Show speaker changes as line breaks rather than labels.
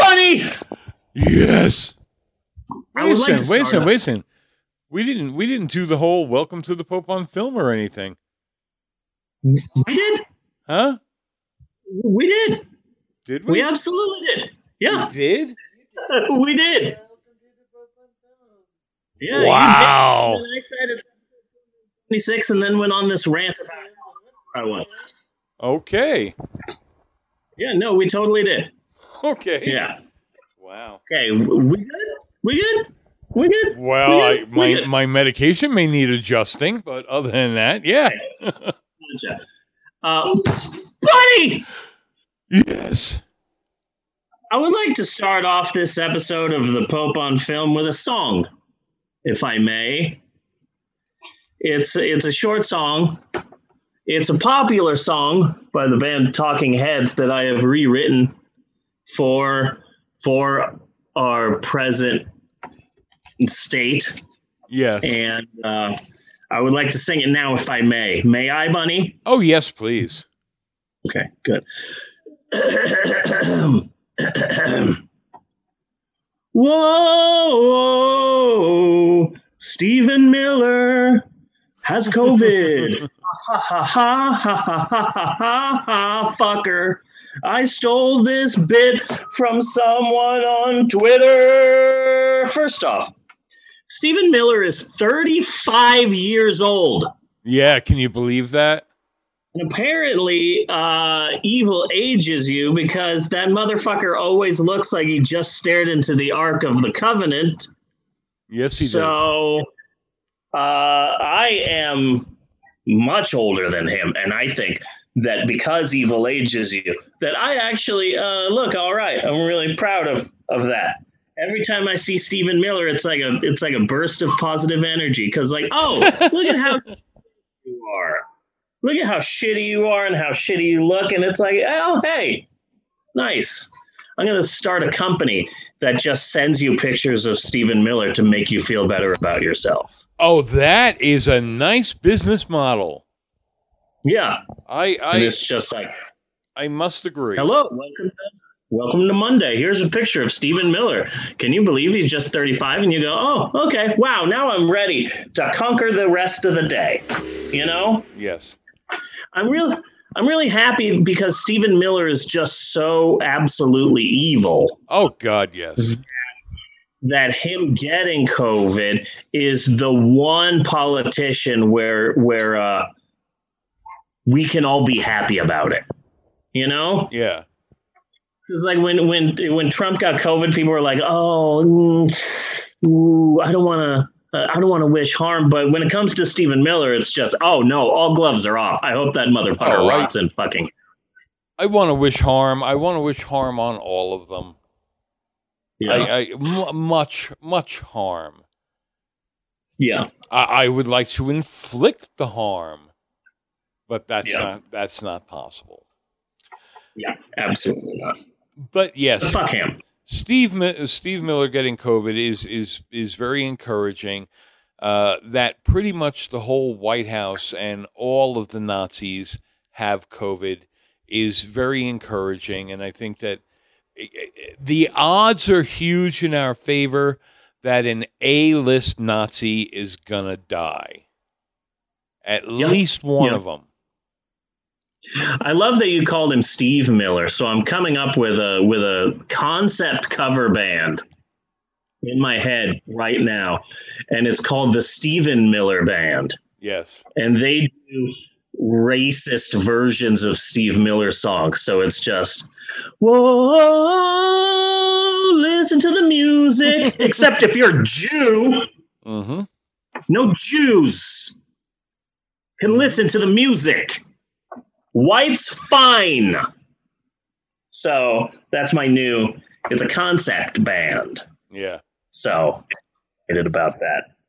money.
Yes.
Wait
I
a
would like
second.
to
wait a
start
second.
a-
Wait a second. We didn't. We didn't do the whole welcome to the Pope on film or anything,
We did.
huh?
We did.
Did we?
We absolutely did. Yeah,
We did.
we did. Yeah, you
wow.
did. And I said it's 26 and then went on this rant about I was.
Okay.
Yeah, no, we totally did.
Okay.
Yeah.
Wow.
Okay, w- we good? We good? We good?
Well,
We're
I,
good. We're
my
good.
my medication may need adjusting, but other than that, yeah.
Gotcha. Uh, buddy!
Yes.
I would like to start off this episode of The Pope on Film with a song, if I may. It's it's a short song. It's a popular song by the band Talking Heads that I have rewritten for for our present state,
Yes.
and uh, I would like to sing it now, if I may. May I, Bunny?
oh, yes, please.
Okay, good. Whoa, Stephen Miller has COVID. ha ha ha ha ha ha ha ha! Fucker, I stole this bit from someone on Twitter. First off, Stephen Miller is 35 years old.
Yeah. Can you believe that?
And apparently, uh, evil ages you because that motherfucker always looks like he just stared into the Ark of the Covenant.
Yes, he does.
so, uh, I am much older than him, and I think that because evil ages you, that I actually uh, look all right. I'm really proud of of that. Every time I see Stephen Miller, it's like a it's like a burst of positive energy because like, oh, look at how you are. Look at how shitty you are and how shitty you look, and it's like, oh, hey, nice. I'm gonna start a company that just sends you pictures of Stephen Miller to make you feel better about yourself.
Oh, that is a nice business model.
Yeah,
I
and
I
it's just like,
I must agree.
hello, welcome, to, welcome to Monday. Here's a picture of Stephen Miller. Can you believe he's just 35? And you go, oh, okay, wow, now I'm ready to conquer the rest of the day. You know,
Yes.
I'm real. I'm really happy because Stephen Miller is just so absolutely evil
Oh God, yes.
Mm-hmm. that him getting COVID is the one politician where where uh, we can all be happy about it. You know,
Yeah.
it's like when when when Trump got COVID, people were like, "Oh, mm, ooh, I don't want to, uh, I don't want to wish harm." But when it comes to Stephen Miller, it's just, "Oh no, all gloves are off." I hope that motherfucker
Oh, I-
rots in fucking
I want to wish harm. I want to wish harm on all of them.
yeah,
I, I mu much much harm.
yeah.
I, I would like to inflict the harm, but that's
Yeah.
not that's not possible.
Yeah, absolutely not.
But yes,
Fuck him.
Steve Mi- Steve Miller getting COVID is is is very encouraging. Uh, that pretty much the whole White House and all of the Nazis have COVID is very encouraging, and I think that i- i- the odds are huge in our favor that an A-list Nazi is gonna die. At
Yeah.
least one
Yeah.
of them.
I love that you called him Steve Miller. So I'm coming up with a with a concept cover band in my head right now, and it's called the Steven Miller Band,
Yes.
and they do racist versions of Steve Miller songs. So it's just whoa. Listen to the music, except if you're Jew.
Mm-hmm.
No Jews can listen to the music. White's fine. So that's my new. It's a concept band.
Yeah.
So excited about that.